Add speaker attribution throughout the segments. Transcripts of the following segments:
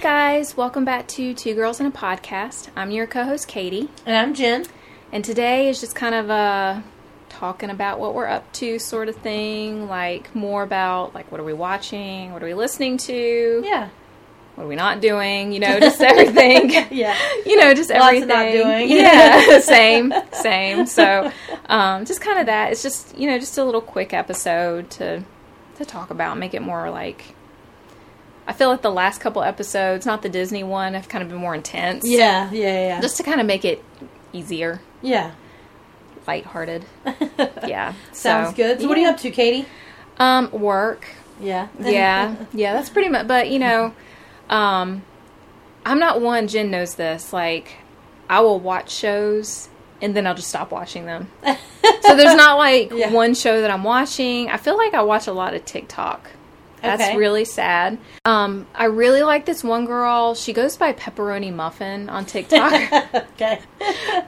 Speaker 1: guys, welcome back to Two Girls and a Podcast. I'm your co host, Katie,
Speaker 2: And I'm Jen.
Speaker 1: and today is just kind of uh, talking about what we're up to, sort of thing. Like, more about, like, what are we watching? What are we listening to?
Speaker 2: Yeah.
Speaker 1: What are we not doing? You know, just everything.
Speaker 2: Yeah.
Speaker 1: you know, just
Speaker 2: Lots
Speaker 1: everything.
Speaker 2: of not doing.
Speaker 1: Yeah, same, same. So, um, just kind of that. It's just you know, just a little quick episode to to talk about, make it more like. I feel like the last couple episodes, not the Disney one, have kind of been more intense.
Speaker 2: Yeah. Yeah. Yeah.
Speaker 1: just to kind of make it easier,
Speaker 2: yeah.
Speaker 1: lighthearted. Yeah,
Speaker 2: Sounds good. So what are you up to, Katie?
Speaker 1: to? Um, work.
Speaker 2: Yeah.
Speaker 1: yeah yeah that's pretty much but you know um i'm not one jen knows this like i will watch shows and then i'll just stop watching them so there's not like
Speaker 2: Yeah.
Speaker 1: one show that i'm watching i feel like i watch a lot of tiktok that's
Speaker 2: Okay.
Speaker 1: really sad um i really like this one girl she goes by pepperoni muffin on tiktok
Speaker 2: okay.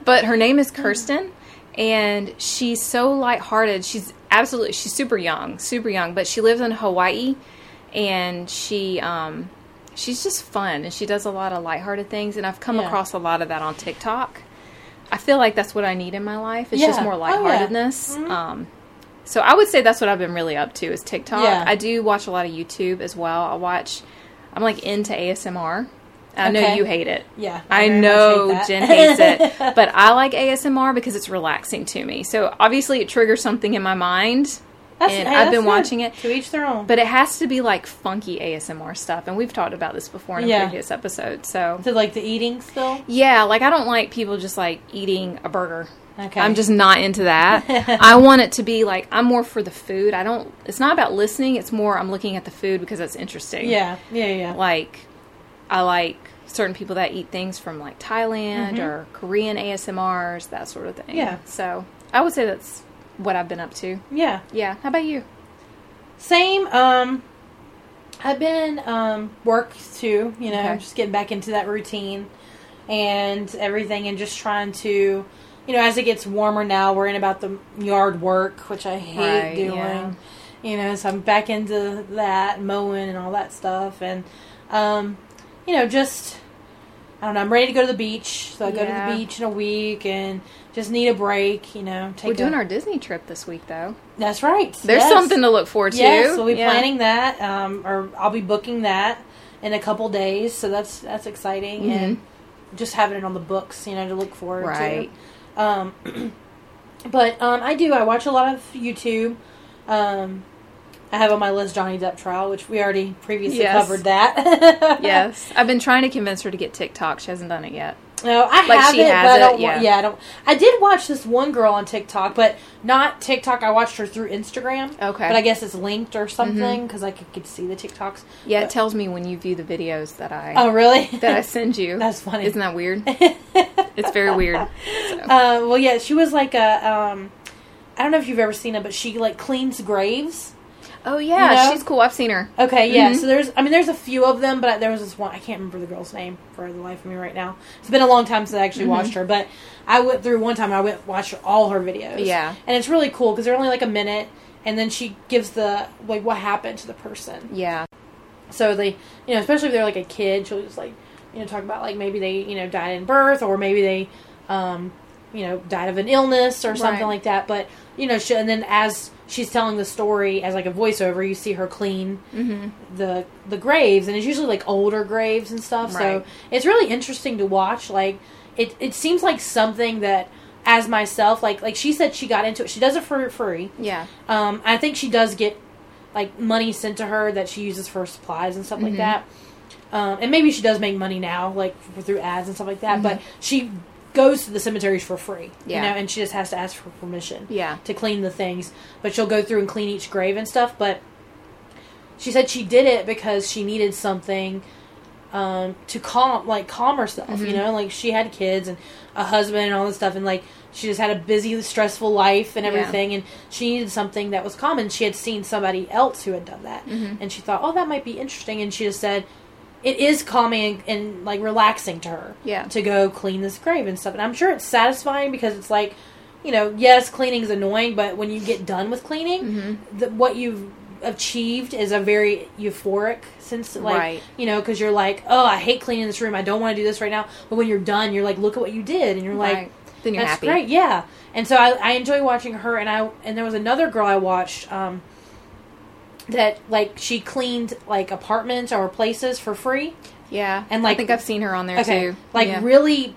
Speaker 1: but her name is Kirsten, and she's so lighthearted. She's absolutely she's super young, super young, but she lives in Hawaii, and she um she's just fun and she does a lot of lighthearted things. And I've come
Speaker 2: Yeah.
Speaker 1: across a lot of that on TikTok. I feel like that's what I need in my life. It's just
Speaker 2: Yeah.
Speaker 1: more
Speaker 2: Oh, yeah. Mm-hmm.
Speaker 1: lightheartedness. Um, so I would say that's what I've been really up to is TikTok.
Speaker 2: Yeah.
Speaker 1: I do watch a lot of YouTube as well. I watch. I'm like into ASMR. I know
Speaker 2: Okay.
Speaker 1: you hate it.
Speaker 2: Yeah.
Speaker 1: I
Speaker 2: very much
Speaker 1: know
Speaker 2: hate that.
Speaker 1: Jen hates it, but I like ASMR because it's relaxing to me. So obviously, it triggers something in my mind,
Speaker 2: That's-
Speaker 1: and
Speaker 2: hey,
Speaker 1: I've
Speaker 2: that's
Speaker 1: been
Speaker 2: good.
Speaker 1: watching it.
Speaker 2: To each their own.
Speaker 1: But it has to be like funky ASMR stuff, and we've talked about this before in a
Speaker 2: Yeah.
Speaker 1: previous episode. So
Speaker 2: to like the eating still.
Speaker 1: yeah, like I don't like people just like eating a burger.
Speaker 2: Okay.
Speaker 1: I'm just not into that. I want it to be like I'm more for the food. I don't. It's not about listening. It's more I'm looking at the food because that's interesting
Speaker 2: Yeah. Yeah. Yeah.
Speaker 1: like I like certain people that eat things from like Thailand or Korean ASMRs, that sort of thing.
Speaker 2: Mm-hmm. Yeah.
Speaker 1: So I would say that's what I've been up to.
Speaker 2: Yeah.
Speaker 1: Yeah. How about you?
Speaker 2: Same. Um, I've been um work too. You know,
Speaker 1: Okay.
Speaker 2: just getting back into that routine and everything, and just trying to, you know, as it gets warmer now, we're in about the yard work, which I hate
Speaker 1: Right,
Speaker 2: doing.
Speaker 1: yeah.
Speaker 2: You know, so I'm back into that mowing and all that stuff, and um, you know, just. I don't know. I'm ready to go to the beach, so I go to
Speaker 1: Yeah.
Speaker 2: the beach in a week, and just need a break. You know, take.
Speaker 1: We're doing
Speaker 2: a,
Speaker 1: our Disney trip this week, though.
Speaker 2: That's right.
Speaker 1: There's
Speaker 2: yes.
Speaker 1: something to look forward to.
Speaker 2: Yes, we'll be
Speaker 1: Yeah.
Speaker 2: planning that, um, or I'll be booking that in a couple days. So that's that's exciting,
Speaker 1: Mm-hmm.
Speaker 2: and just having it on the books, you know, to look forward
Speaker 1: Right.
Speaker 2: to. Um, but um, I do. I watch a lot of YouTube. Um, I have on my list Johnny Depp trial, which we already previously
Speaker 1: Yes.
Speaker 2: covered. That
Speaker 1: Yes, I've been trying to convince her to get TikTok. She hasn't done it yet.
Speaker 2: No, I
Speaker 1: Like,
Speaker 2: have
Speaker 1: she
Speaker 2: it,
Speaker 1: has
Speaker 2: but I
Speaker 1: it,
Speaker 2: don't. Yeah.
Speaker 1: yeah.
Speaker 2: yeah, I don't. I did watch this one girl on TikTok, but not TikTok. I watched her through Instagram.
Speaker 1: Okay. Mm-hmm.
Speaker 2: but I guess it's linked or something because I could, could see the TikToks.
Speaker 1: Yeah, it
Speaker 2: But-
Speaker 1: tells me when you view the videos that I
Speaker 2: oh, really?
Speaker 1: that I send you.
Speaker 2: That's funny.
Speaker 1: Isn't that weird? it's very weird. So.
Speaker 2: Uh, well, yeah, she was like a. Um, I don't know if you've ever seen it, but she like cleans graves.
Speaker 1: oh yeah,
Speaker 2: You know?
Speaker 1: she's cool. I've seen her.
Speaker 2: Okay, yeah.
Speaker 1: Mhm.
Speaker 2: So there's, I mean, there's a few of them, but there was this one. I can't remember the girl's name for the life of me right now. It's been a long time since I
Speaker 1: Mm-hmm.
Speaker 2: actually watched her, but I went through one time. I went watched all her videos.
Speaker 1: Yeah.
Speaker 2: and it's really cool because they're only like a minute, and then she gives the like what happened to the person.
Speaker 1: Yeah.
Speaker 2: So they, you know, especially if they're like a kid, she'll just like, you know, talk about like maybe they, you know, died in birth or maybe they, um, you know, died of an illness or something
Speaker 1: Right.
Speaker 2: like that. But you know, she, and then as she's telling the story as like a voiceover, you see her clean
Speaker 1: Mm-hmm.
Speaker 2: the the graves, and it's usually like older graves and stuff.
Speaker 1: Right.
Speaker 2: So it's really interesting to watch. Like it, it seems like something that as myself, like like she said, she got into it. She does it for free.
Speaker 1: Yeah.
Speaker 2: Um, I think she does get like money sent to her that she uses for supplies and stuff like that. Um, and maybe she does make money now, like f- through ads and stuff like that. But she goes to the cemeteries for free,
Speaker 1: Yeah.
Speaker 2: you know, and she just has to ask for permission
Speaker 1: Yeah.
Speaker 2: to clean the things. But she'll go through and clean each grave and stuff. But she said she did it because she needed something um, to calm, like calm herself. You know, like she had kids and a husband and all this stuff, and like she just had a busy, stressful life and
Speaker 1: Yeah.
Speaker 2: everything, and she needed something that was calm. And she had seen somebody else who had done that, and she thought, oh, that might be interesting. And she just said. It is calming and, and like relaxing to her,
Speaker 1: Yeah.
Speaker 2: To go clean this grave and stuff, and I'm sure it's satisfying because it's
Speaker 1: Mm-hmm.
Speaker 2: like, you know, yes, cleaning is annoying, but when you get done with cleaning, the, what you've achieved is a very euphoric sense like
Speaker 1: Right.
Speaker 2: you know because you're like oh i hate cleaning this room i don't want to do this right now but when you're done you're like look at what you did and you're like
Speaker 1: Right. then you're
Speaker 2: that's
Speaker 1: happy.
Speaker 2: great yeah and so I, I enjoy watching her and i and there was another girl i watched um that like she cleaned like apartments or places for free
Speaker 1: Yeah,
Speaker 2: And,
Speaker 1: and
Speaker 2: like-
Speaker 1: I think I've seen her on there
Speaker 2: okay
Speaker 1: too.
Speaker 2: like
Speaker 1: yeah.
Speaker 2: really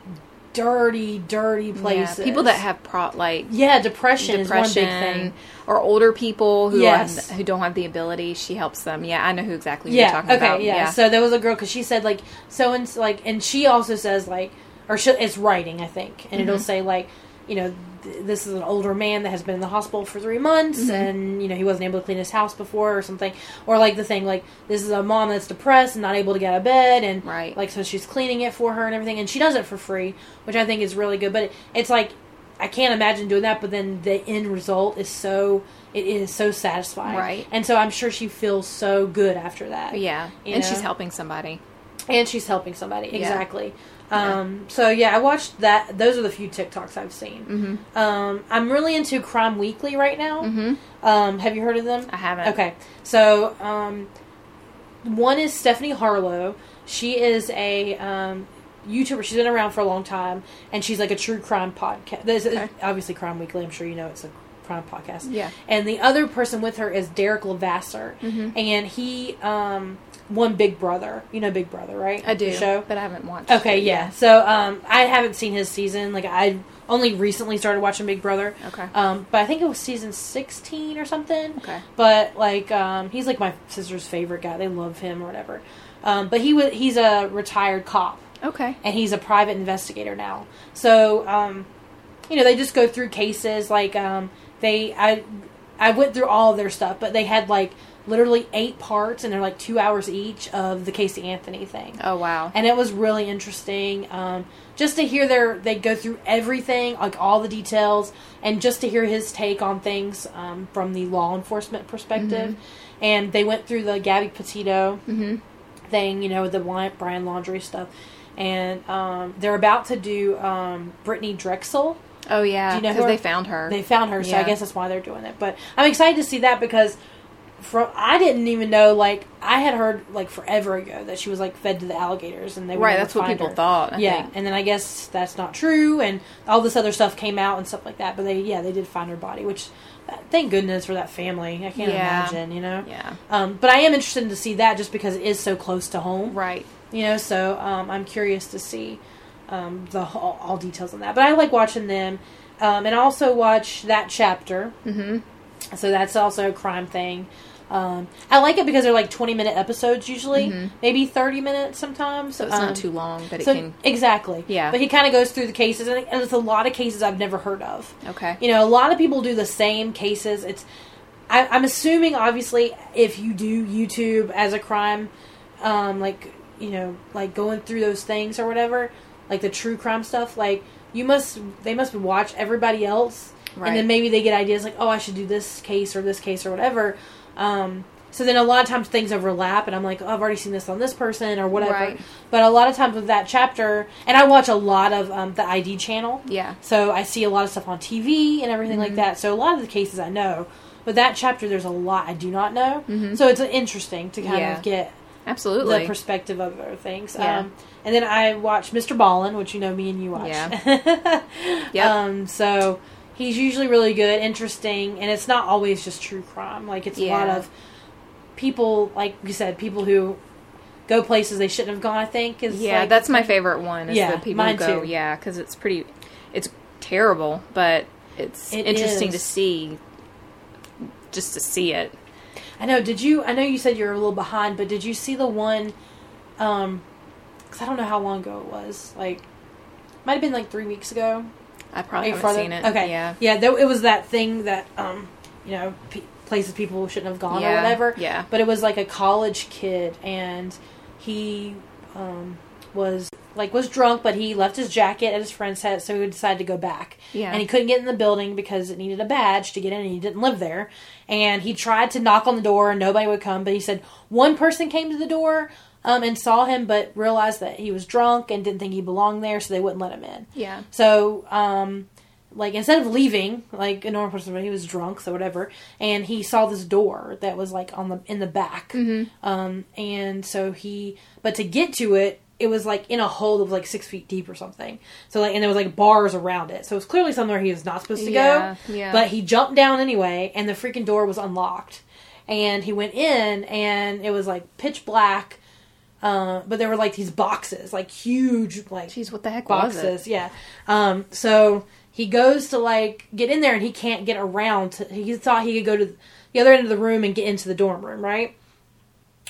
Speaker 2: dirty dirty
Speaker 1: Yeah.
Speaker 2: places
Speaker 1: people that have pro like
Speaker 2: yeah depression, is one
Speaker 1: depression
Speaker 2: big thing
Speaker 1: or older people who
Speaker 2: Yes.
Speaker 1: are, who don't have the ability. She helps them. Yeah, I know who exactly
Speaker 2: yeah
Speaker 1: you're talking
Speaker 2: okay
Speaker 1: about.
Speaker 2: yeah. so there was a girl because she said like so and so, like and she also says like or she, it's writing i think and it'll
Speaker 1: Mhm.
Speaker 2: say like you know th- this is an older man that has been in the hospital for three months
Speaker 1: Mhm.
Speaker 2: and you know he wasn't able to clean his house before or something or like the thing like this is a mom that's depressed and not able to get out of bed and
Speaker 1: Right.
Speaker 2: like so she's cleaning it for her and everything and she does it for free which i think is really good but it, it's like i can't imagine doing that but then the end result is so it is so satisfying
Speaker 1: Right.
Speaker 2: and so i'm sure she feels so good after that
Speaker 1: yeah,
Speaker 2: you
Speaker 1: and
Speaker 2: know?
Speaker 1: she's helping somebody.
Speaker 2: and she's helping somebody
Speaker 1: Yeah.
Speaker 2: exactly
Speaker 1: Yeah.
Speaker 2: um so yeah i watched that those are the few tiktoks i've seen
Speaker 1: hmm
Speaker 2: um i'm really into crime weekly right now
Speaker 1: hmm
Speaker 2: um have you heard of them
Speaker 1: I haven't.
Speaker 2: okay so um one is stephanie harlow she is a um YouTuber, she's been around for a long time, and she's like a true crime podcast. This is
Speaker 1: Okay.
Speaker 2: obviously Crime Weekly. I'm sure you know it's a crime podcast.
Speaker 1: Yeah.
Speaker 2: And the other person with her is Derek Lavasser,
Speaker 1: hmm
Speaker 2: and he um won Big Brother. You know Big Brother, right?
Speaker 1: I do,
Speaker 2: The show.
Speaker 1: but I haven't watched.
Speaker 2: Okay,
Speaker 1: it
Speaker 2: yeah.
Speaker 1: yet.
Speaker 2: So um I haven't seen his season. Like I only recently started watching Big Brother.
Speaker 1: Okay.
Speaker 2: Um but I think it was season 16 or something.
Speaker 1: Okay.
Speaker 2: But like um he's like my sister's favorite guy. They love him or whatever. Um but he was he's a retired cop
Speaker 1: Okay.
Speaker 2: and he's a private investigator now. So, um, you know, they just go through cases like um, they I I went through all of their stuff, but they had like literally eight parts, and they're like two hours each of the Casey Anthony thing,
Speaker 1: Oh wow.
Speaker 2: and it was really interesting. Um, just to hear their they go through everything, like all the details, and just to hear his take on things um, from the law enforcement perspective.
Speaker 1: Mm-hmm.
Speaker 2: And they went through the Gabby Petito
Speaker 1: hmm
Speaker 2: thing, you know, the Wy- Brian Laundry stuff. And um, they're about to do um, Brittany Drexel.
Speaker 1: Oh yeah.
Speaker 2: Do you know
Speaker 1: Because
Speaker 2: who
Speaker 1: they
Speaker 2: are-
Speaker 1: found her.
Speaker 2: They found her, so I
Speaker 1: Yeah.
Speaker 2: guess that's why they're doing it. But I'm excited to see that because from I didn't even know like I had heard like forever ago that she was like fed to the alligators and they would
Speaker 1: right.
Speaker 2: never
Speaker 1: That's what
Speaker 2: find
Speaker 1: people
Speaker 2: her.
Speaker 1: thought. I
Speaker 2: yeah,
Speaker 1: think.
Speaker 2: and then I guess that's not true, and all this other stuff came out and stuff like that. But they, yeah, they did find her body, which uh, thank goodness for that family. I can't
Speaker 1: Yeah.
Speaker 2: imagine, you know.
Speaker 1: Yeah.
Speaker 2: Um, but I am interested to see that just because it is so close to home
Speaker 1: Right.
Speaker 2: you know so um, i'm curious to see um, the wh- all, all details on that but i like watching them um, and I also watch that chapter
Speaker 1: hmm
Speaker 2: so that's also a crime thing um, i like it because they're like 20 minute episodes usually
Speaker 1: Mhm.
Speaker 2: maybe 30 minutes sometimes
Speaker 1: So it's
Speaker 2: Um,
Speaker 1: not too long, but it
Speaker 2: so-
Speaker 1: can.
Speaker 2: exactly
Speaker 1: Yeah.
Speaker 2: but he kind of goes through the cases and and it's a lot of cases i've never heard of
Speaker 1: Okay.
Speaker 2: you know a lot of people do the same cases it's I, i'm assuming obviously if you do youtube as a crime um, like you know like going through those things or whatever like the true crime stuff like you must they must watch everybody else
Speaker 1: Right.
Speaker 2: and then maybe they get ideas like oh i should do this case or this case or whatever um, so then a lot of times things overlap and i'm like oh i've already seen this on this person or whatever
Speaker 1: Right.
Speaker 2: but a lot of times with that chapter and i watch a lot of um, the id channel
Speaker 1: Yeah.
Speaker 2: so I see a lot of stuff on TV and everything like
Speaker 1: Mhm.
Speaker 2: that. So a lot of the cases I know, but that chapter there's a lot I do not know.
Speaker 1: Mhm.
Speaker 2: So it's interesting to kind
Speaker 1: Yeah.
Speaker 2: of get
Speaker 1: Absolutely.
Speaker 2: the perspective of other things.
Speaker 1: Yeah.
Speaker 2: Um, and then I watch Mr. Ballin, which you know me and you watch.
Speaker 1: Yep.
Speaker 2: Um, so he's usually really good, interesting, and it's not always just true crime. Like it's a lot
Speaker 1: Yeah.
Speaker 2: of people, like you said, people who go places they shouldn't have gone. I think is
Speaker 1: yeah,
Speaker 2: like-
Speaker 1: that's my favorite one. Is
Speaker 2: Yeah,
Speaker 1: the people
Speaker 2: mine
Speaker 1: who go,
Speaker 2: too.
Speaker 1: yeah, because it's pretty, it's terrible, but it's
Speaker 2: It
Speaker 1: interesting to
Speaker 2: is.
Speaker 1: see, just to see it.
Speaker 2: I know. Did you? I know you said you were a little behind, but did you see the one? Um, because I don't know how long ago it was. Like, might have been like three weeks ago.
Speaker 1: I probably
Speaker 2: Maybe
Speaker 1: haven't
Speaker 2: farther.
Speaker 1: seen it.
Speaker 2: Okay.
Speaker 1: yeah,
Speaker 2: Yeah. There, it was that thing that um, you know, p- places people shouldn't have gone or
Speaker 1: Yeah,
Speaker 2: whatever.
Speaker 1: yeah.
Speaker 2: But it was like a college kid, and he um was like was drunk, but he left his jacket at his friend's house, so he decided to go back.
Speaker 1: Yeah.
Speaker 2: And he couldn't get in the building because it needed a badge to get in, and he didn't live there. And he tried to knock on the door, and nobody would come. But he said one person came to the door um, and saw him, but realized that he was drunk and didn't think he belonged there, so they wouldn't let him in.
Speaker 1: yeah.
Speaker 2: So um, like instead of leaving like a normal person but he was drunk so whatever and he saw this door that was like on the in the back
Speaker 1: Mm-hmm.
Speaker 2: um and so he but to get to it it was like in a hole of like six feet deep or something so like and there was like bars around it so it was clearly somewhere he was not supposed to
Speaker 1: Yeah,
Speaker 2: go
Speaker 1: yeah.
Speaker 2: but he jumped down anyway and the freaking door was unlocked and he went in and it was like pitch black uh, but there were like these boxes like huge like
Speaker 1: Jeez, what the heck was it?
Speaker 2: boxes. Yeah. Um, so he goes to like get in there and he can't get around. To, he thought he could go to the other end of the room and get into the dorm room, right?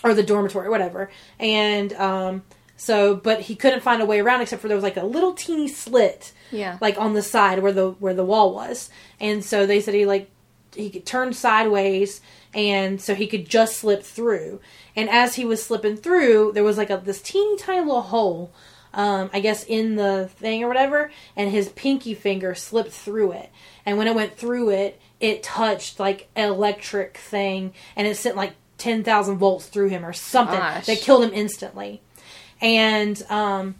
Speaker 2: Or the dormitory, whatever. And um, so, but he couldn't find a way around except for there was like a little teeny slit
Speaker 1: Yeah.
Speaker 2: like on the side where the where the wall was and so they said he like he could turn sideways and so he could just slip through and as he was slipping through there was like a this teeny tiny little hole um, i guess in the thing or whatever and his pinky finger slipped through it and when it went through it it touched like an electric thing and it sent like 10,000 volts through him or something
Speaker 1: Gosh.
Speaker 2: that killed him instantly and um,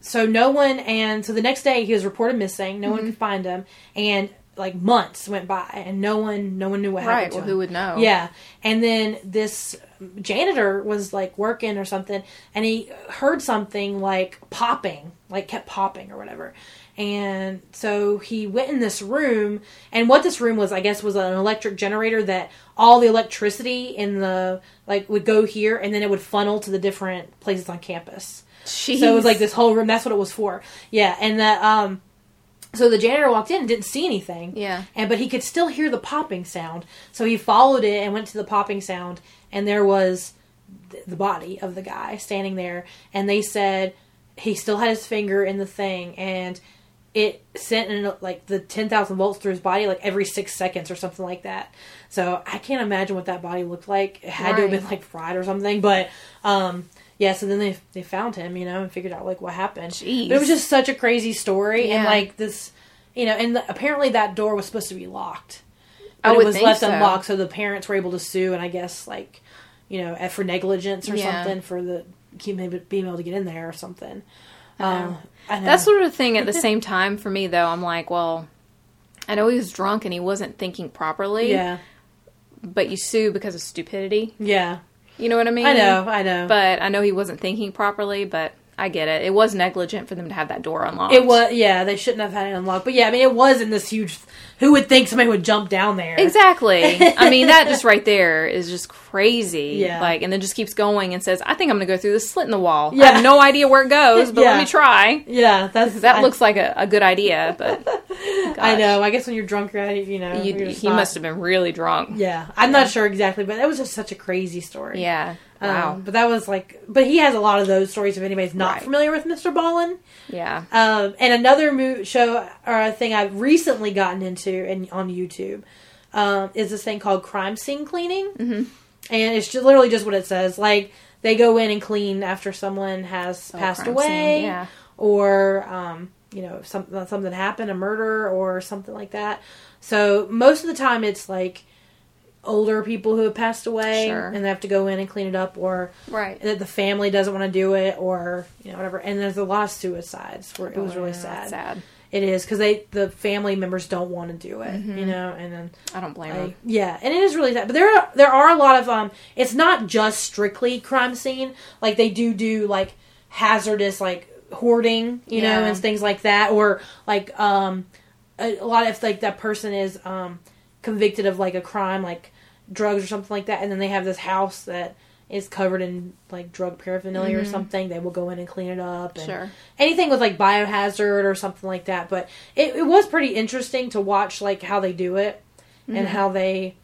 Speaker 2: so no one and so the next day he was reported missing no
Speaker 1: Mm-hmm.
Speaker 2: one could find him and like months went by and no one no one knew what
Speaker 1: right.
Speaker 2: happened to
Speaker 1: Well,
Speaker 2: him.
Speaker 1: who would know?
Speaker 2: yeah and then this janitor was like working or something and he heard something like popping like kept popping or whatever and so he went in this room and what this room was i guess was an electric generator that all the electricity in the like would go here and then it would funnel to the different places on campus
Speaker 1: Jeez.
Speaker 2: so it was like this whole room. That's what it was for. Yeah, and that um, so the janitor walked in and didn't see anything.
Speaker 1: Yeah.
Speaker 2: and but he could still hear the popping sound. So he followed it and went to the popping sound, and there was th- the body of the guy standing there. And they said he still had his finger in the thing, and it sent in like the ten thousand volts through his body like every six seconds or something like that. So I can't imagine what that body looked like. It had to have
Speaker 1: Right.
Speaker 2: been like fried or something, but um yeah, so then they they found him, you know, and figured out like what happened.
Speaker 1: Jeez.
Speaker 2: But it was just such a crazy story, and
Speaker 1: Yeah.
Speaker 2: like this, you know, and the, apparently that door was supposed to be locked,
Speaker 1: I
Speaker 2: but
Speaker 1: would
Speaker 2: it was
Speaker 1: think
Speaker 2: left
Speaker 1: so.
Speaker 2: unlocked, so the parents were able to sue, and I guess like, you know, eh, for negligence or
Speaker 1: Yeah.
Speaker 2: something for the kid maybe being able to get in there or something. Um, I know.
Speaker 1: That sort of thing at the same time for me though, I'm like, well, I know he was drunk and he wasn't thinking properly,
Speaker 2: yeah,
Speaker 1: but you sue because of stupidity.
Speaker 2: yeah.
Speaker 1: You know what I mean?
Speaker 2: I know, I know.
Speaker 1: But I know he wasn't thinking properly, but I get it. It was negligent for them to have that door unlocked.
Speaker 2: it was yeah, they shouldn't have had it unlocked, but yeah, I mean, it was in this huge. Who would think somebody would jump down there?
Speaker 1: Exactly. I mean, that just right there is just crazy.
Speaker 2: Yeah.
Speaker 1: Like, and then just keeps going and says, I think I'm going to go through this slit in the wall. I
Speaker 2: Yeah.
Speaker 1: have no idea where it goes, but
Speaker 2: Yeah.
Speaker 1: let me try.
Speaker 2: Yeah, that's
Speaker 1: That
Speaker 2: I-
Speaker 1: looks like a, a good idea, but
Speaker 2: I
Speaker 1: gosh.
Speaker 2: know. I guess when you're drunk, you're at it, you know.
Speaker 1: You,
Speaker 2: you're just
Speaker 1: he
Speaker 2: not-
Speaker 1: must have been really drunk.
Speaker 2: Yeah, I'm not sure exactly, but that was just such a crazy story.
Speaker 1: Yeah.
Speaker 2: Um,
Speaker 1: Wow.
Speaker 2: But that was like, but he has a lot of those stories. If anybody's not
Speaker 1: Right.
Speaker 2: familiar with Mr. Ballin,
Speaker 1: yeah.
Speaker 2: um, and another mo- show or a thing I've recently gotten into and on YouTube um, is this thing called crime scene cleaning, mm-hmm. and it's just, literally just what it says. Like they go in and clean after someone has passed
Speaker 1: Oh, crime
Speaker 2: away,
Speaker 1: scene, yeah.
Speaker 2: or um, you know if some, something happened, a murder or something like that. So most of the time it's like older people who have passed away
Speaker 1: Sure.
Speaker 2: and they have to go in and clean it up or
Speaker 1: Right.
Speaker 2: that the family doesn't want to do it or you know whatever and there's a lot of suicides where it was really
Speaker 1: Yeah,
Speaker 2: sad.
Speaker 1: that's sad.
Speaker 2: it is because they the family members don't want to do it
Speaker 1: Mm-hmm.
Speaker 2: you know and then
Speaker 1: I don't blame
Speaker 2: like,
Speaker 1: him.
Speaker 2: yeah and it is really sad but there are there are a lot of um it's not just strictly crime scene like they do do like hazardous like hoarding you know
Speaker 1: Yeah.
Speaker 2: and things like that or like um a, a lot of if like that person is um convicted of like a crime like drugs or something like that and then they have this house that is covered in like drug paraphernalia or something they will go in and clean it up and
Speaker 1: Mm-hmm. Sure.
Speaker 2: anything with like biohazard or something like that but it, it was pretty interesting to watch like how they do it and
Speaker 1: Mm-hmm.
Speaker 2: how they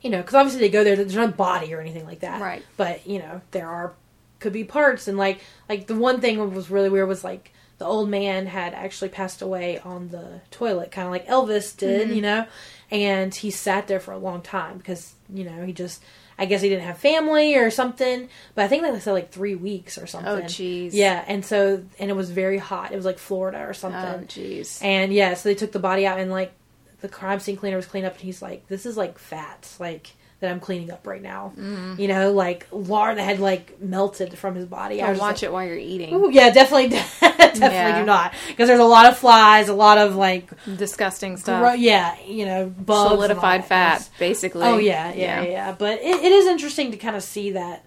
Speaker 2: you know because obviously they go there there's no body or anything like that
Speaker 1: Right.
Speaker 2: but you know there are could be parts and like like the one thing that was really weird was like the old man had actually passed away on the toilet kind of like elvis
Speaker 1: Mm-hmm.
Speaker 2: did you know and he sat there for a long time because you know he just i guess he didn't have family or something but i think they said like three weeks or something
Speaker 1: Oh, jeez.
Speaker 2: yeah and so and it was very hot it was like florida or
Speaker 1: Oh,
Speaker 2: something
Speaker 1: jeez.
Speaker 2: and yeah, so they took the body out and like the crime scene cleaner was cleaned up and he's like, This is like fat. Like that I'm cleaning up right now.
Speaker 1: Mm-hmm.
Speaker 2: You know, like Lar that had like melted from his body. I
Speaker 1: Don't
Speaker 2: was
Speaker 1: watch
Speaker 2: watching.
Speaker 1: it while you're eating.
Speaker 2: Ooh, yeah, definitely, definitely
Speaker 1: Yeah.
Speaker 2: do not because there's a lot of flies, a lot of like,
Speaker 1: Disgusting stuff.
Speaker 2: gro- yeah, you know, bugs, and all
Speaker 1: Solidified
Speaker 2: that
Speaker 1: fat,
Speaker 2: mess.
Speaker 1: basically.
Speaker 2: Oh yeah, yeah, yeah. But it, it is interesting to kind of see that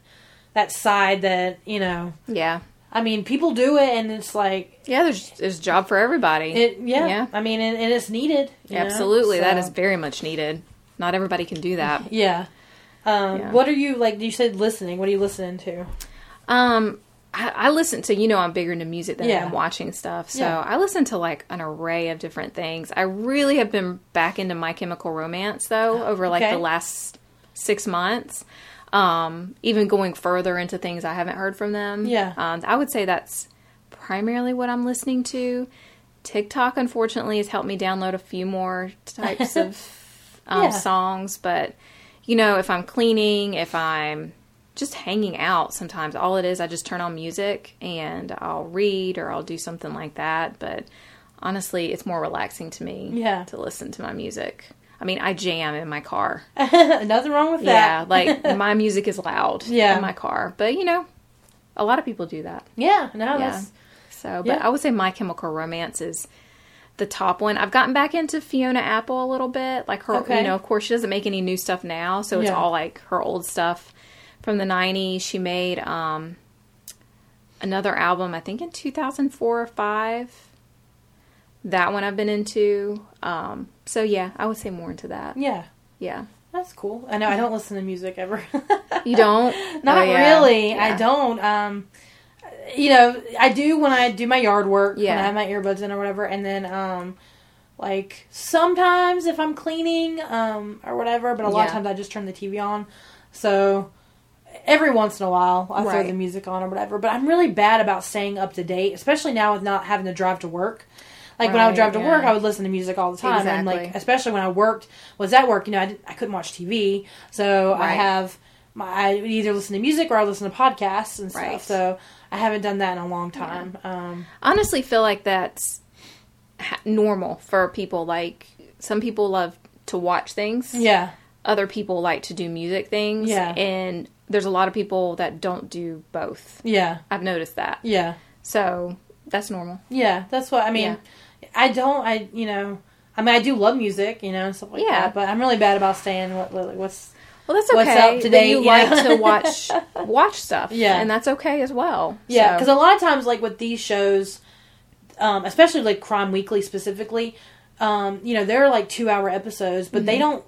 Speaker 2: that side that you know.
Speaker 1: Yeah.
Speaker 2: I mean, people do it, and it's like
Speaker 1: Yeah, there's there's a job for everybody.
Speaker 2: it. Yeah,
Speaker 1: Yeah.
Speaker 2: I mean, and, and it's needed. you know,
Speaker 1: Absolutely. That
Speaker 2: so-
Speaker 1: is very much needed. Not everybody can do that.
Speaker 2: Yeah. Um,
Speaker 1: Yeah.
Speaker 2: What are you like? You said listening. What are you listening to?
Speaker 1: Um, I, I listen to you know I'm bigger into music than
Speaker 2: Yeah.
Speaker 1: I'm watching stuff, so
Speaker 2: Yeah.
Speaker 1: I listen to like an array of different things. I really have been back into My Chemical Romance though over like
Speaker 2: Oh, Okay.
Speaker 1: the last six months. Um, even going further into things I haven't heard from them.
Speaker 2: Yeah.
Speaker 1: um, I would say that's primarily what I'm listening to. TikTok unfortunately has helped me download a few more types of um,
Speaker 2: Yeah.
Speaker 1: songs, but you know, if I'm cleaning, if I'm just hanging out sometimes, all it is, I just turn on music and I'll read or I'll do something like that. But honestly, it's more relaxing to me
Speaker 2: Yeah.
Speaker 1: to listen to my music. I mean, I jam in my car.
Speaker 2: Nothing wrong with
Speaker 1: Yeah,
Speaker 2: that.
Speaker 1: like my music is loud
Speaker 2: Yeah.
Speaker 1: in my car. But you know, a lot of people do that.
Speaker 2: Yeah.
Speaker 1: Yeah.
Speaker 2: No. That's,
Speaker 1: So, but
Speaker 2: Yeah.
Speaker 1: I would say My Chemical Romance is the top one. I've gotten back into Fiona Apple a little bit. Like her,
Speaker 2: Okay.
Speaker 1: you know, of course, she doesn't make any new stuff now, so it's
Speaker 2: Yeah.
Speaker 1: all like her old stuff from the '90s. She made um, another album, I think, in 2004 or five. That one I've been into. Um, so yeah, I would say more into that.
Speaker 2: yeah.
Speaker 1: Yeah,
Speaker 2: That's cool. I know. I don't listen to music ever.
Speaker 1: you don't?
Speaker 2: Uh, Not
Speaker 1: Oh, yeah.
Speaker 2: really. I
Speaker 1: Yeah.
Speaker 2: don't. Um, you know, I do when I do my yard work. Yeah. When
Speaker 1: Yeah.
Speaker 2: I have my earbuds in or whatever, and then um, like sometimes if I'm cleaning um or whatever, but a lot of
Speaker 1: Yeah.
Speaker 2: times I just turn the TV on. So every once in a while I throw
Speaker 1: Right.
Speaker 2: the music on or whatever. But I'm really bad about staying up to date, especially now with not having to drive to work. Like when I would
Speaker 1: Right,
Speaker 2: drive to
Speaker 1: yeah.
Speaker 2: work, I would listen to music all the time, and like
Speaker 1: Exactly.
Speaker 2: especially when I worked was at work. You know, I, didn't, I couldn't watch TV, so I
Speaker 1: Right.
Speaker 2: have my I would either listen to music or I listen to podcasts and stuff.
Speaker 1: Right.
Speaker 2: So I haven't done that in a long time. Um,
Speaker 1: honestly feel like that's ha- normal for people. Like some people love to watch things.
Speaker 2: yeah,
Speaker 1: Other people like to do music things.
Speaker 2: Yeah.
Speaker 1: And there's a lot of people that don't do both.
Speaker 2: yeah,
Speaker 1: I've noticed that.
Speaker 2: yeah,
Speaker 1: So that's normal.
Speaker 2: yeah. That's what I mean. I don't. I you know. I mean, I do love music, you know, and stuff like
Speaker 1: Yeah.
Speaker 2: that. But I'm really bad about staying what, what what's
Speaker 1: Well, that's okay.
Speaker 2: What's up
Speaker 1: that
Speaker 2: today,
Speaker 1: You
Speaker 2: yeah.
Speaker 1: like to watch watch stuff.
Speaker 2: Yeah.
Speaker 1: And that's okay as well.
Speaker 2: Yeah,
Speaker 1: So-
Speaker 2: because a lot of times, like with these shows, um, especially like Crime Weekly specifically, um, you know, they're like two hour episodes, but they don't.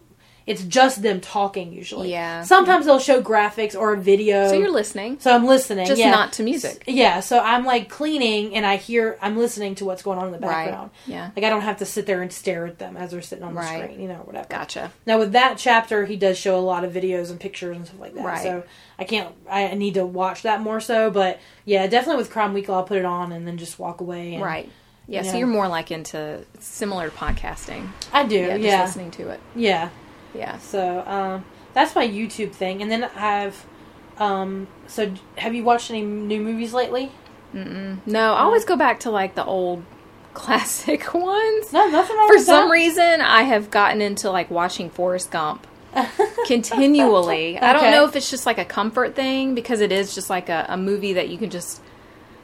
Speaker 2: It's just them talking usually.
Speaker 1: Mm-hmm. Yeah.
Speaker 2: Sometimes they'll show graphics or a video.
Speaker 1: so you're listening,
Speaker 2: So I'm listening.
Speaker 1: just
Speaker 2: yeah.
Speaker 1: not to music.
Speaker 2: Yeah. So I'm like cleaning, and I hear I'm listening to what's going on in the
Speaker 1: Right.
Speaker 2: background.
Speaker 1: Yeah.
Speaker 2: Like I don't have to sit there and stare at them as they're sitting on the
Speaker 1: Right.
Speaker 2: screen, you know, or whatever.
Speaker 1: Gotcha.
Speaker 2: Now with that chapter, he does show a lot of videos and pictures and stuff like that.
Speaker 1: Right.
Speaker 2: So I can't. I need to watch that more so. But yeah, definitely with Crime Weekly, I'll put it on and then just walk away. And
Speaker 1: Right. Yeah,
Speaker 2: Yeah.
Speaker 1: So you're more like into similar to podcasting.
Speaker 2: I do.
Speaker 1: Yeah.
Speaker 2: Yeah.
Speaker 1: Just
Speaker 2: Yeah.
Speaker 1: listening to it. Yeah.
Speaker 2: So um, that's my YouTube thing. And then I've. Um, so have you watched any new movies lately?
Speaker 1: No, I always go back to like the old classic ones.
Speaker 2: No, nothing wrong
Speaker 1: For
Speaker 2: with
Speaker 1: some
Speaker 2: that.
Speaker 1: reason, I have gotten into like watching Forrest Gump continually. I
Speaker 2: Okay.
Speaker 1: don't know if it's just like a comfort thing because it is just like a, a movie that you can just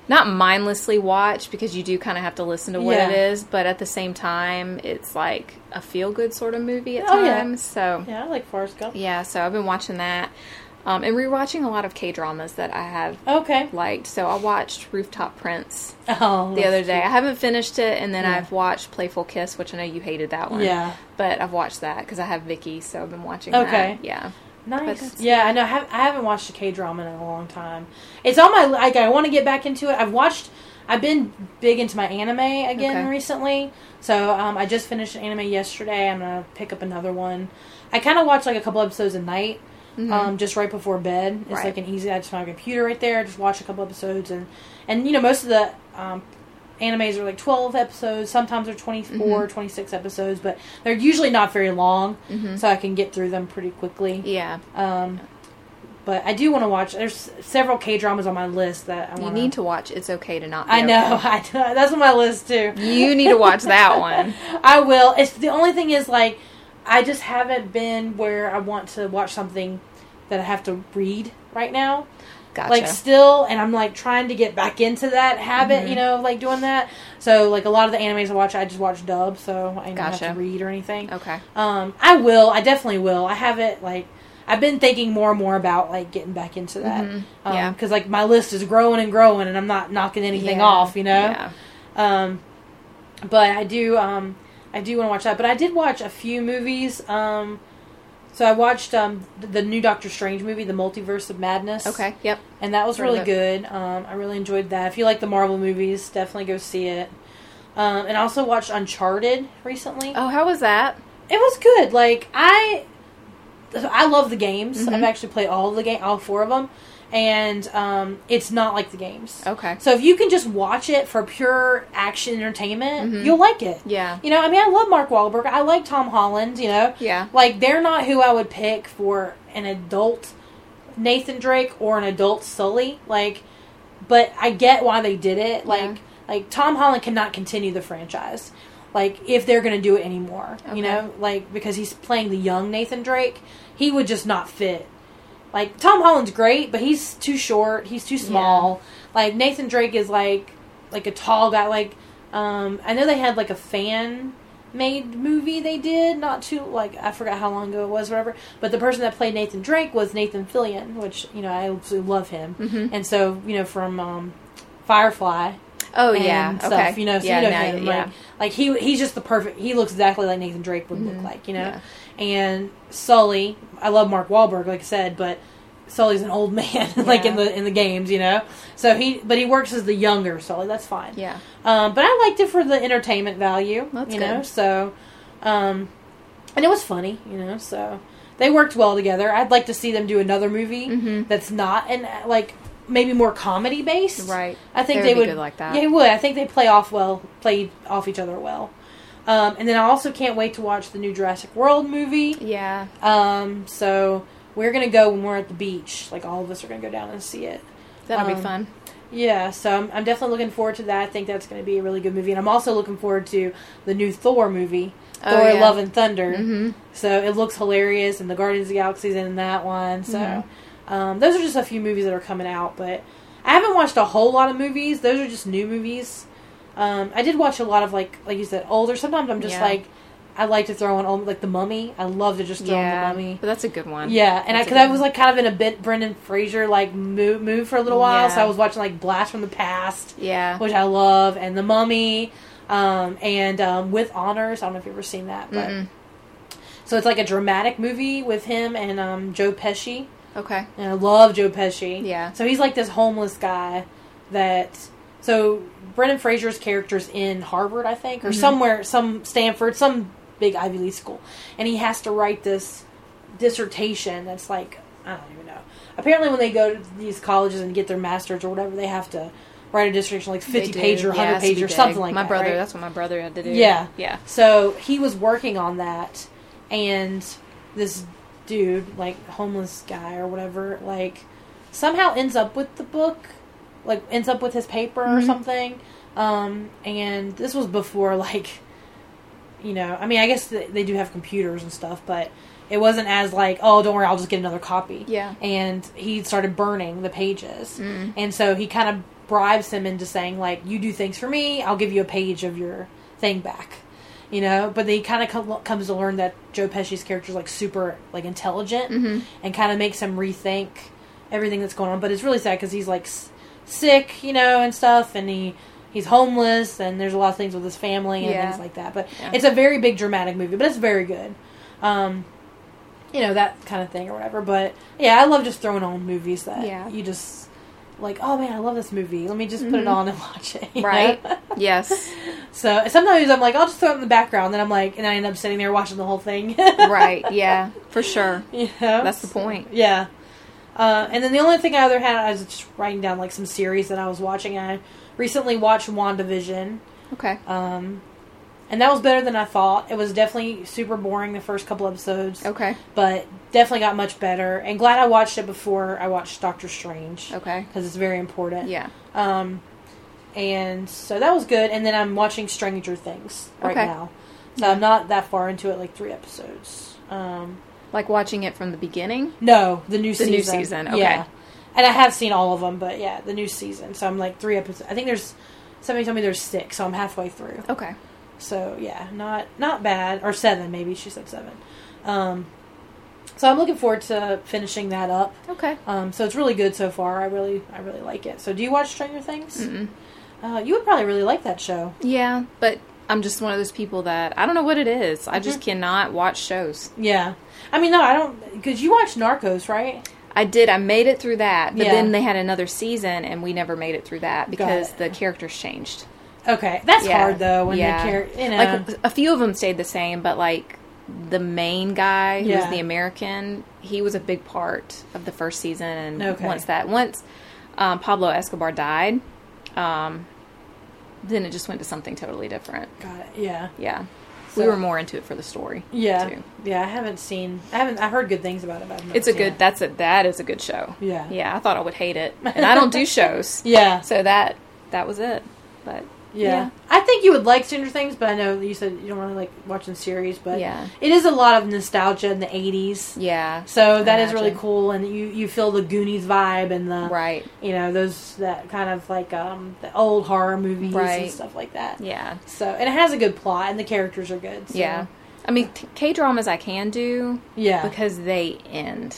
Speaker 1: not mindlessly watch because you do kind of have to listen to what
Speaker 2: Yeah.
Speaker 1: it is, but at the same time, it's like a feel good sort of movie at
Speaker 2: Oh, yeah.
Speaker 1: times. So
Speaker 2: Yeah, I like Forrest Gump.
Speaker 1: yeah, so I've been watching that um, and rewatching a lot of K dramas that I have
Speaker 2: Okay.
Speaker 1: liked. So I watched Rooftop Prince
Speaker 2: Oh,
Speaker 1: the other day. I haven't finished it, and then
Speaker 2: Yeah.
Speaker 1: I've watched Playful Kiss, which I know you hated that one.
Speaker 2: Yeah.
Speaker 1: But I've watched that because I have Vicky, so I've been watching
Speaker 2: Okay.
Speaker 1: that. Yeah. But
Speaker 2: Nice.
Speaker 1: that's-
Speaker 2: Yeah, I know. I hav- I haven't watched a K drama in a long time. It's on my like. I want to get back into it. I've watched. I've been big into my anime again
Speaker 1: Okay.
Speaker 2: recently. So um, I just finished an anime yesterday. I'm gonna pick up another one. I kind of watch like a couple episodes a night, um, just right before bed. It's
Speaker 1: Mm-hmm. Right.
Speaker 2: like an easy. I just have my computer right there. Just watch a couple episodes and and you know most of the um, animes are like 12 episodes sometimes they're 24
Speaker 1: Mm-hmm.
Speaker 2: 26 episodes but they're usually not very long so i can get through them pretty quickly
Speaker 1: Mm-hmm. Yeah.
Speaker 2: um, but I do want to watch. There's several K dramas on my list that I
Speaker 1: You
Speaker 2: want.
Speaker 1: need to watch It's Okay to Not Be
Speaker 2: I know.
Speaker 1: Okay.
Speaker 2: I do. That's on my list too.
Speaker 1: You need to watch that one.
Speaker 2: I will. It's the only thing is like I just haven't been where I want to watch something that I have to read right now.
Speaker 1: Gotcha. Mm-hmm.
Speaker 2: Like still, and I'm like trying to get back into that habit, you know, like doing that. So like a lot of the animes I watch, I just watch dub, so I don't
Speaker 1: Gotcha.
Speaker 2: have to read or anything.
Speaker 1: okay.
Speaker 2: Um, I will. I definitely will. I haven't like. I've been thinking more and more about like getting back into that.
Speaker 1: Mhm.
Speaker 2: Um,
Speaker 1: Yeah.
Speaker 2: Because like my list is growing and growing, and I'm not knocking anything
Speaker 1: Yeah.
Speaker 2: off, you know.
Speaker 1: Yeah.
Speaker 2: Um, but I do. Um, I do want to watch that. But I did watch a few movies. Um, so I watched um th- the new Doctor Strange movie, The Multiverse of Madness.
Speaker 1: Okay. Yep.
Speaker 2: And that was
Speaker 1: Heard of
Speaker 2: really good. Um, I really enjoyed that. If you like the Marvel movies, definitely go see it. Um, and I also watched Uncharted recently
Speaker 1: Oh, how was that?
Speaker 2: it was good. Like I, I love the games.
Speaker 1: Mhm.
Speaker 2: I've actually played all the game, all four of them, and um, it's not like the games.
Speaker 1: Okay.
Speaker 2: So if you can just watch it for pure action entertainment,
Speaker 1: Mhm.
Speaker 2: you'll like it.
Speaker 1: Yeah.
Speaker 2: You know, I mean, I love Mark Wahlberg. I like Tom Holland. You know,
Speaker 1: Yeah.
Speaker 2: like they're not who I would pick for an adult Nathan Drake or an adult Sully. Like, but I get why they did it. Like,
Speaker 1: Yeah.
Speaker 2: like Tom Holland cannot continue the franchise. Like, if they're gonna do it anymore,
Speaker 1: Okay.
Speaker 2: you know, like because he's playing the young Nathan Drake, he would just not fit. Like Tom Holland's great, but he's too short. He's too small. Like Nathan Drake is like like a tall guy. Like um, I know they had like a fan made movie they did not too like I forgot how long ago it was, whatever. But the person that played Nathan Drake was Nathan Fillion, which you know I absolutely love him.
Speaker 1: Mhm.
Speaker 2: And so you know from um, Firefly,
Speaker 1: Oh
Speaker 2: and
Speaker 1: yeah.
Speaker 2: stuff,
Speaker 1: okay.
Speaker 2: you know, so
Speaker 1: yeah.
Speaker 2: you know
Speaker 1: now-
Speaker 2: him,
Speaker 1: yeah.
Speaker 2: like, like he he's just the perfect. He looks exactly like Nathan Drake would
Speaker 1: Mhm.
Speaker 2: look like, you know.
Speaker 1: Yeah.
Speaker 2: And Sully, I love Mark Wahlberg, like I said, but Sully's an old man, like in
Speaker 1: Yeah.
Speaker 2: the in the games, you know. So he, but he works as the younger Sully. That's fine.
Speaker 1: yeah.
Speaker 2: Um, but I liked it for the entertainment value,
Speaker 1: That's
Speaker 2: you
Speaker 1: good.
Speaker 2: know. So, um, and it was funny, you know. So they worked well together. I'd like to see them do another movie
Speaker 1: Mhm.
Speaker 2: that's not an like maybe more comedy based.
Speaker 1: Right.
Speaker 2: I think
Speaker 1: They
Speaker 2: they
Speaker 1: would
Speaker 2: would
Speaker 1: be good like that.
Speaker 2: Yeah, they would. I think they play off well, play off each other well. Um, and then I also can't wait to watch the new Jurassic World movie.
Speaker 1: Yeah.
Speaker 2: Um, so we're gonna go when we're at the beach. Like all of us are gonna go down and see it.
Speaker 1: That'll be
Speaker 2: Um,
Speaker 1: fun.
Speaker 2: Yeah, so I'm, I'm definitely looking forward to that. I think that's going to be a really good movie, and I'm also looking forward to the new Thor movie,
Speaker 1: Oh,
Speaker 2: Thor:
Speaker 1: yeah.
Speaker 2: Love and Thunder.
Speaker 1: hmm
Speaker 2: So it looks hilarious, and the Guardians of the Galaxy's in that one. So
Speaker 1: Mhm.
Speaker 2: um, those are just a few movies that are coming out, but I haven't watched a whole lot of movies. Those are just new movies. Um, I did watch a lot of like like you said older. Sometimes I'm just
Speaker 1: Yeah.
Speaker 2: like I like to throw on old like The Mummy. I love to just throw
Speaker 1: Yeah.
Speaker 2: on The Mummy.
Speaker 1: But that's a good one.
Speaker 2: Yeah, and
Speaker 1: That's
Speaker 2: I
Speaker 1: a
Speaker 2: because I
Speaker 1: good
Speaker 2: was like kind of in a bit Brendan Fraser like move, move for a little while, so
Speaker 1: Yeah.
Speaker 2: I was watching like Blast from the Past,
Speaker 1: Yeah.
Speaker 2: which I love, and The Mummy, um, and um, With Honors. I don't know if you've ever seen that, but
Speaker 1: Mm-mm.
Speaker 2: so it's like a dramatic movie with him and um, Joe Pesci,
Speaker 1: Okay.
Speaker 2: and I love Joe Pesci.
Speaker 1: Yeah.
Speaker 2: So he's like this homeless guy that so Brendan Fraser's character's in Harvard, I think, or
Speaker 1: Mhm.
Speaker 2: somewhere, some Stanford, some big Ivy League school, and he has to write this dissertation that's like I don't even know. Apparently, when they go to these colleges and get their masters or whatever, they have to write a dissertation like
Speaker 1: They
Speaker 2: fifty
Speaker 1: do.
Speaker 2: page
Speaker 1: Yeah,
Speaker 2: or
Speaker 1: it
Speaker 2: hundred
Speaker 1: has to
Speaker 2: page
Speaker 1: be
Speaker 2: or
Speaker 1: big.
Speaker 2: something like
Speaker 1: my
Speaker 2: that.
Speaker 1: brother.
Speaker 2: right?
Speaker 1: That's what my brother had to do.
Speaker 2: Yeah.
Speaker 1: Yeah.
Speaker 2: So he was working on that, and this dude, like homeless guy or whatever, like somehow ends up with the book, like ends up with his paper or
Speaker 1: Mhm.
Speaker 2: something. Um, and this was before, like, you know, I mean, I guess th- they do have computers and stuff, but it wasn't as like, oh, don't worry, I'll just get another copy.
Speaker 1: Yeah.
Speaker 2: And he started burning the pages,
Speaker 1: Mm.
Speaker 2: and so he kind of bribes him into saying like, you do things for me, I'll give you a page of your thing back you know but then he kind of com- comes to learn that joe pesci's character is like super like intelligent
Speaker 1: Mhm.
Speaker 2: and kind of makes him rethink everything that's going on but it's really sad because he's like s- sick you know and stuff and he he's homeless and there's a lot of things with his family and
Speaker 1: Yeah.
Speaker 2: things like that but
Speaker 1: Yeah.
Speaker 2: it's a very big dramatic movie but it's very good um you know that kind of thing or whatever but yeah i love just throwing on movies that
Speaker 1: Yeah.
Speaker 2: you just like oh man i love this movie let me just put it
Speaker 1: Mhm.
Speaker 2: on and watch it you know?
Speaker 1: Right. Yes.
Speaker 2: So sometimes I'm like, I'll just throw it in the background. Then I'm like, and I end up sitting there watching the whole thing.
Speaker 1: right. Yeah. For sure.
Speaker 2: You know?
Speaker 1: That's the point.
Speaker 2: Yeah. Uh, and then the only thing I other had, I was just writing down like some series that I was watching. I recently watched WandaVision.
Speaker 1: Okay.
Speaker 2: Um, and that was better than I thought. It was definitely super boring the first couple episodes,
Speaker 1: Okay.
Speaker 2: but definitely got much better. And glad I watched it before I watched Doctor Strange
Speaker 1: Okay.
Speaker 2: because it's very important.
Speaker 1: Yeah.
Speaker 2: Um, and so that was good. And then I'm watching Stranger Things right
Speaker 1: Okay.
Speaker 2: now. No, I'm not that far into it. Like three episodes. Um,
Speaker 1: Like watching it from the beginning.
Speaker 2: no, the new
Speaker 1: The
Speaker 2: season.
Speaker 1: new season, okay.
Speaker 2: Yeah. And I have seen all of them, but yeah, the new season. So I'm like three episodes. I think there's somebody told me there's six, so I'm halfway through.
Speaker 1: Okay.
Speaker 2: So yeah, not not bad. Or seven, maybe she said seven. Um, so I'm looking forward to finishing that up.
Speaker 1: Okay.
Speaker 2: Um, so it's really good so far. I really I really like it. So do you watch Stranger Things?
Speaker 1: Mm-hmm.
Speaker 2: Uh, you would probably really like that show.
Speaker 1: Yeah, but I'm just one of those people that I don't know what it is. I just
Speaker 2: Mhm.
Speaker 1: cannot watch shows.
Speaker 2: Yeah. I mean, no, I don't. Because you watch Narcos, right?
Speaker 1: I did. I made it through that, but
Speaker 2: Yeah.
Speaker 1: then they had another season, and we never made it through that because
Speaker 2: it.
Speaker 1: the characters changed.
Speaker 2: Okay, that's
Speaker 1: Yeah.
Speaker 2: hard though. When
Speaker 1: Yeah.
Speaker 2: they care, you know.
Speaker 1: Like a few of them stayed the same, but like the main guy who was
Speaker 2: Yeah.
Speaker 1: the American, he was a big part of the first season. And
Speaker 2: Okay.
Speaker 1: once that, once um, Pablo Escobar died, um, then it just went to something totally different.
Speaker 2: Got it. Yeah.
Speaker 1: Yeah,
Speaker 2: So-
Speaker 1: we were more into it for the story.
Speaker 2: Yeah.
Speaker 1: too.
Speaker 2: Yeah. I haven't seen. I haven't. I heard good things about it. But I've never
Speaker 1: It's a
Speaker 2: seen
Speaker 1: good.
Speaker 2: it.
Speaker 1: That's a that is a good show.
Speaker 2: yeah.
Speaker 1: Yeah, I thought I would hate it, and I don't do shows,
Speaker 2: Yeah.
Speaker 1: so that that was it. But
Speaker 2: Yeah.
Speaker 1: Yeah.
Speaker 2: I think you would like Stranger Things, but I know you said you don't really like watching series, but
Speaker 1: yeah,
Speaker 2: it is a lot of nostalgia in the 80s.
Speaker 1: yeah,
Speaker 2: So that is really
Speaker 1: Imagine.
Speaker 2: cool and you you feel the Goonies vibe and the
Speaker 1: right,
Speaker 2: you know those that kind of like um the old horror movies
Speaker 1: Right.
Speaker 2: and stuff like that.
Speaker 1: yeah,
Speaker 2: So and it has a good plot and the characters are good. So,
Speaker 1: yeah. I mean, K dramas I can do
Speaker 2: Yeah.
Speaker 1: because they end.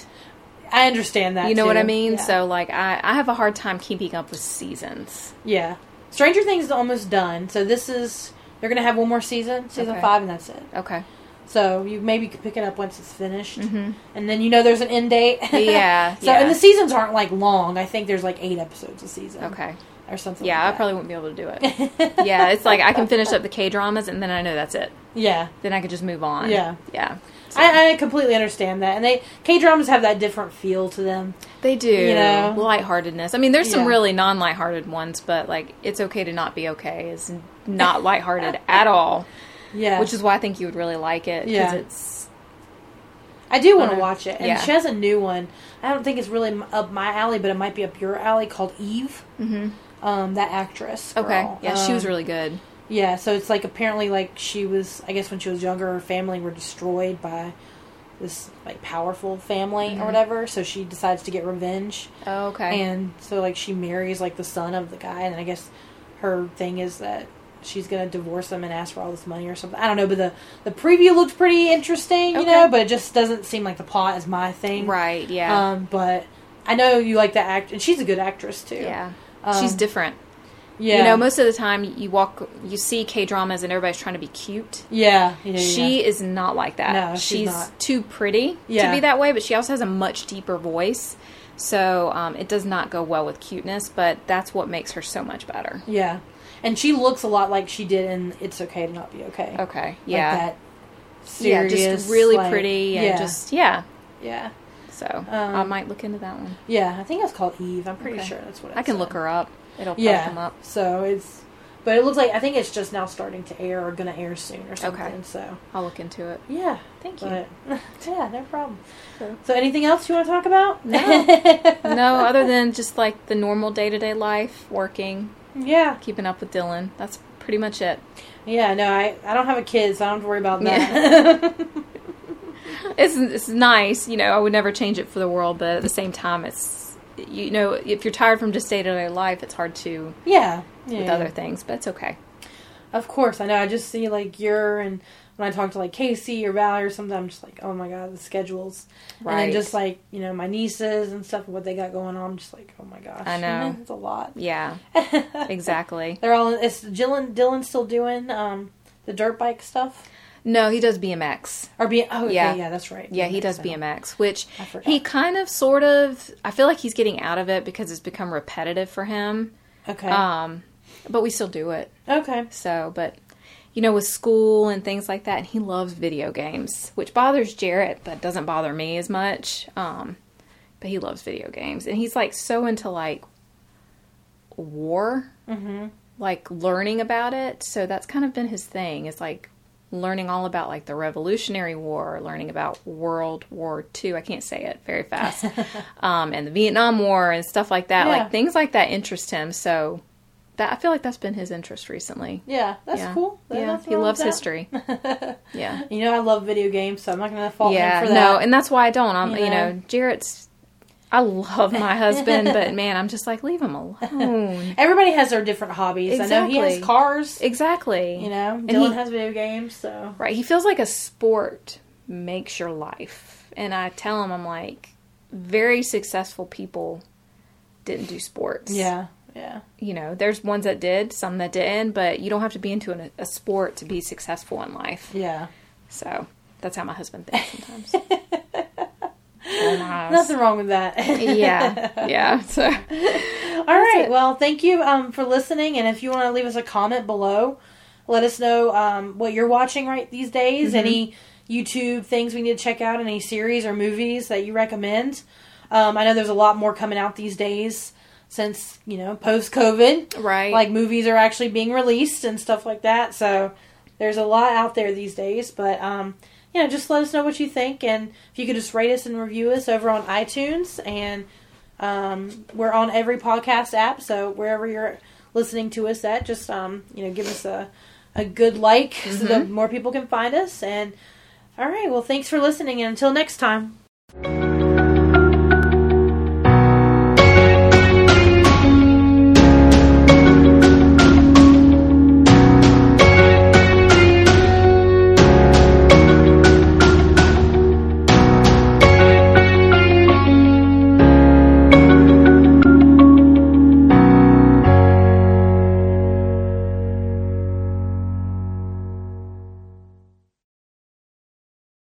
Speaker 2: I understand that.
Speaker 1: You know what
Speaker 2: too.
Speaker 1: I mean?
Speaker 2: Yeah.
Speaker 1: So like, I I have a hard time keeping up with seasons.
Speaker 2: Yeah. Stranger Things is almost done. So this is they're going to have one more season, season
Speaker 1: Okay.
Speaker 2: 5 and that's it.
Speaker 1: Okay.
Speaker 2: So you maybe could pick it up once it's finished.
Speaker 1: Mm-hmm.
Speaker 2: and then you know there's an end date.
Speaker 1: Yeah.
Speaker 2: so
Speaker 1: yeah.
Speaker 2: and the seasons aren't like long. I think there's like eight episodes a season.
Speaker 1: okay.
Speaker 2: Or something.
Speaker 1: Yeah, I
Speaker 2: like
Speaker 1: probably wouldn't be able to do it.
Speaker 2: that.
Speaker 1: yeah, it's like I can finish up the K dramas and then I know that's it.
Speaker 2: yeah.
Speaker 1: Then I could just move on.
Speaker 2: Yeah.
Speaker 1: Yeah. So-
Speaker 2: I, I completely understand that, and they K dramas have that different feel to them.
Speaker 1: They do.
Speaker 2: You know?
Speaker 1: Lightheartedness. I mean, there's some
Speaker 2: Yeah.
Speaker 1: really non lighthearted ones, but like it's okay to not be okay. It's not lighthearted at all,
Speaker 2: Yeah,
Speaker 1: which is why I think you would really like it because
Speaker 2: Yeah.
Speaker 1: it's
Speaker 2: I do want to
Speaker 1: Wanna-
Speaker 2: watch it. And
Speaker 1: yeah.
Speaker 2: she has a new one. I don't think it's really m- up my alley, but it might be up your alley called Eve.
Speaker 1: Mhm.
Speaker 2: Um, that actress.
Speaker 1: okay.
Speaker 2: girl.
Speaker 1: Yeah, she was
Speaker 2: Um,
Speaker 1: really good.
Speaker 2: Yeah, so it's like apparently like she was I guess when she was younger her family were destroyed by this like powerful family
Speaker 1: Mhm.
Speaker 2: or whatever, so she decides to get revenge.
Speaker 1: Oh, okay.
Speaker 2: And so like she marries like the son of the guy and I guess her thing is that she's gonna divorce him and ask for all this money or something. I don't know, but the the preview looked pretty interesting, you
Speaker 1: Okay.
Speaker 2: know, but it just doesn't seem like the plot is my thing.
Speaker 1: right. Yeah.
Speaker 2: Um, but I know you like the act and she's a good actress too.
Speaker 1: yeah.
Speaker 2: Um,
Speaker 1: She's different.
Speaker 2: Yeah.
Speaker 1: You know, most of the time you walk, you see K dramas and everybody's trying to be cute.
Speaker 2: Yeah. yeah, yeah,
Speaker 1: She is not like that.
Speaker 2: No, she's not.
Speaker 1: too pretty
Speaker 2: Yeah.
Speaker 1: to be that way, but she also has a much deeper voice. So um, it does not go well with cuteness, but that's what makes her so much better.
Speaker 2: Yeah, and she looks a lot like she did in "It's Okay to Not Be Okay."
Speaker 1: Okay.
Speaker 2: Like
Speaker 1: Yeah.
Speaker 2: that serious,
Speaker 1: yeah. Just really
Speaker 2: like-
Speaker 1: pretty and
Speaker 2: yeah,
Speaker 1: just yeah.
Speaker 2: yeah,
Speaker 1: So I
Speaker 2: Um,
Speaker 1: might look into that one.
Speaker 2: yeah. I think it's called Eve. I'm pretty
Speaker 1: Okay.
Speaker 2: sure that's what it
Speaker 1: I can look
Speaker 2: said.
Speaker 1: her up. It'll pop
Speaker 2: Yeah.
Speaker 1: them up.
Speaker 2: So it's, but it looks like I think it's just now starting to air or going to air soon or something. So
Speaker 1: I'll look into it.
Speaker 2: yeah,
Speaker 1: Thank you.
Speaker 2: but yeah, no problem.
Speaker 1: Sure.
Speaker 2: So anything else you want to talk about?
Speaker 1: No. no, other than just like the normal day to day life, working,
Speaker 2: yeah,
Speaker 1: keeping up with Dylan. That's pretty much it.
Speaker 2: yeah. No, I I don't have a kid, so I don't have to worry about
Speaker 1: Yeah.
Speaker 2: that.
Speaker 1: it's it's nice, you know. I would never change it for the world, but at the same time, it's you know, if you're tired from just day to day life, it's hard to
Speaker 2: yeah, yeah.
Speaker 1: with
Speaker 2: yeah.
Speaker 1: other things. But it's okay.
Speaker 2: Of course, I know. I just see like your and when I talk to like Casey or Valerie or something, I'm just like, oh my god, the schedules. And then
Speaker 1: Right.
Speaker 2: just like you know my nieces and stuff, what they got going on, I'm just like, oh my gosh,
Speaker 1: I know.
Speaker 2: it's a lot.
Speaker 1: Yeah, exactly.
Speaker 2: They're all. Is Dylan Dylan still doing um the dirt bike stuff
Speaker 1: No, he does BMX.
Speaker 2: or being? Oh yeah,
Speaker 1: Yeah.
Speaker 2: yeah, that's right.
Speaker 1: Yeah, he
Speaker 2: BMX,
Speaker 1: does
Speaker 2: I know.
Speaker 1: BMX, which
Speaker 2: I forgot.
Speaker 1: he kind of, sort of. I feel like he's getting out of it because it's become repetitive for him.
Speaker 2: Okay.
Speaker 1: Um, but we still do it.
Speaker 2: okay.
Speaker 1: So, but you know, with school and things like that, and he loves video games, which bothers Jarrett, but doesn't bother me as much. Um, but he loves video games, and he's like so into like war,
Speaker 2: Mm-hmm.
Speaker 1: like learning about it. So that's kind of been his thing. Is like learning all about like the Revolutionary War, learning about World War Two. I can't say it very fast, um, and the Vietnam War and stuff like that.
Speaker 2: Yeah.
Speaker 1: Like things like that interest him. So that I feel like that's been his interest recently.
Speaker 2: Yeah, that's
Speaker 1: Yeah.
Speaker 2: cool. There-
Speaker 1: yeah,
Speaker 2: nothing
Speaker 1: he
Speaker 2: wrong
Speaker 1: loves
Speaker 2: with that.
Speaker 1: history. Yeah.
Speaker 2: You know, I love video games, so I'm not gonna fault
Speaker 1: yeah,
Speaker 2: him for that.
Speaker 1: no, and that's why I don't. I'm,
Speaker 2: You
Speaker 1: you know,
Speaker 2: know?
Speaker 1: Jarrett's. I love my husband, but man, I'm just like leave him alone.
Speaker 2: Everybody has their different hobbies. I know he has
Speaker 1: Exactly.
Speaker 2: cars.
Speaker 1: exactly.
Speaker 2: You know,
Speaker 1: And
Speaker 2: Dylan
Speaker 1: he-
Speaker 2: has video games, so
Speaker 1: Right. He feels like a sport makes your life, and I tell him I'm like, very successful people didn't do sports.
Speaker 2: yeah, yeah,
Speaker 1: You know, there's ones that did, some that didn't, but you don't have to be into an, a sport to be successful in life.
Speaker 2: yeah.
Speaker 1: So that's how my husband thinks sometimes. Oh, my eyes.
Speaker 2: Nothing wrong with that.
Speaker 1: yeah, yeah. So
Speaker 2: All right.
Speaker 1: it.
Speaker 2: Well, thank you um, for listening, and if you want to leave us a comment below, let us know um, what you're watching right these
Speaker 1: Mm-hmm.
Speaker 2: days. Any YouTube things we need to check out? Any series or movies that you recommend? Um, I know there's a lot more coming out these days since you know post COVID.
Speaker 1: right,
Speaker 2: like movies are actually being released and stuff like that. So there's a lot out there these days. But um, you know, just let us know what you think, and if you could just rate us and review us over on iTunes, and um, we're on every podcast app. So wherever you're listening to us at, just um, you know, give us a a good like so that more people can find us. And all right, well, thanks for listening, and until next time.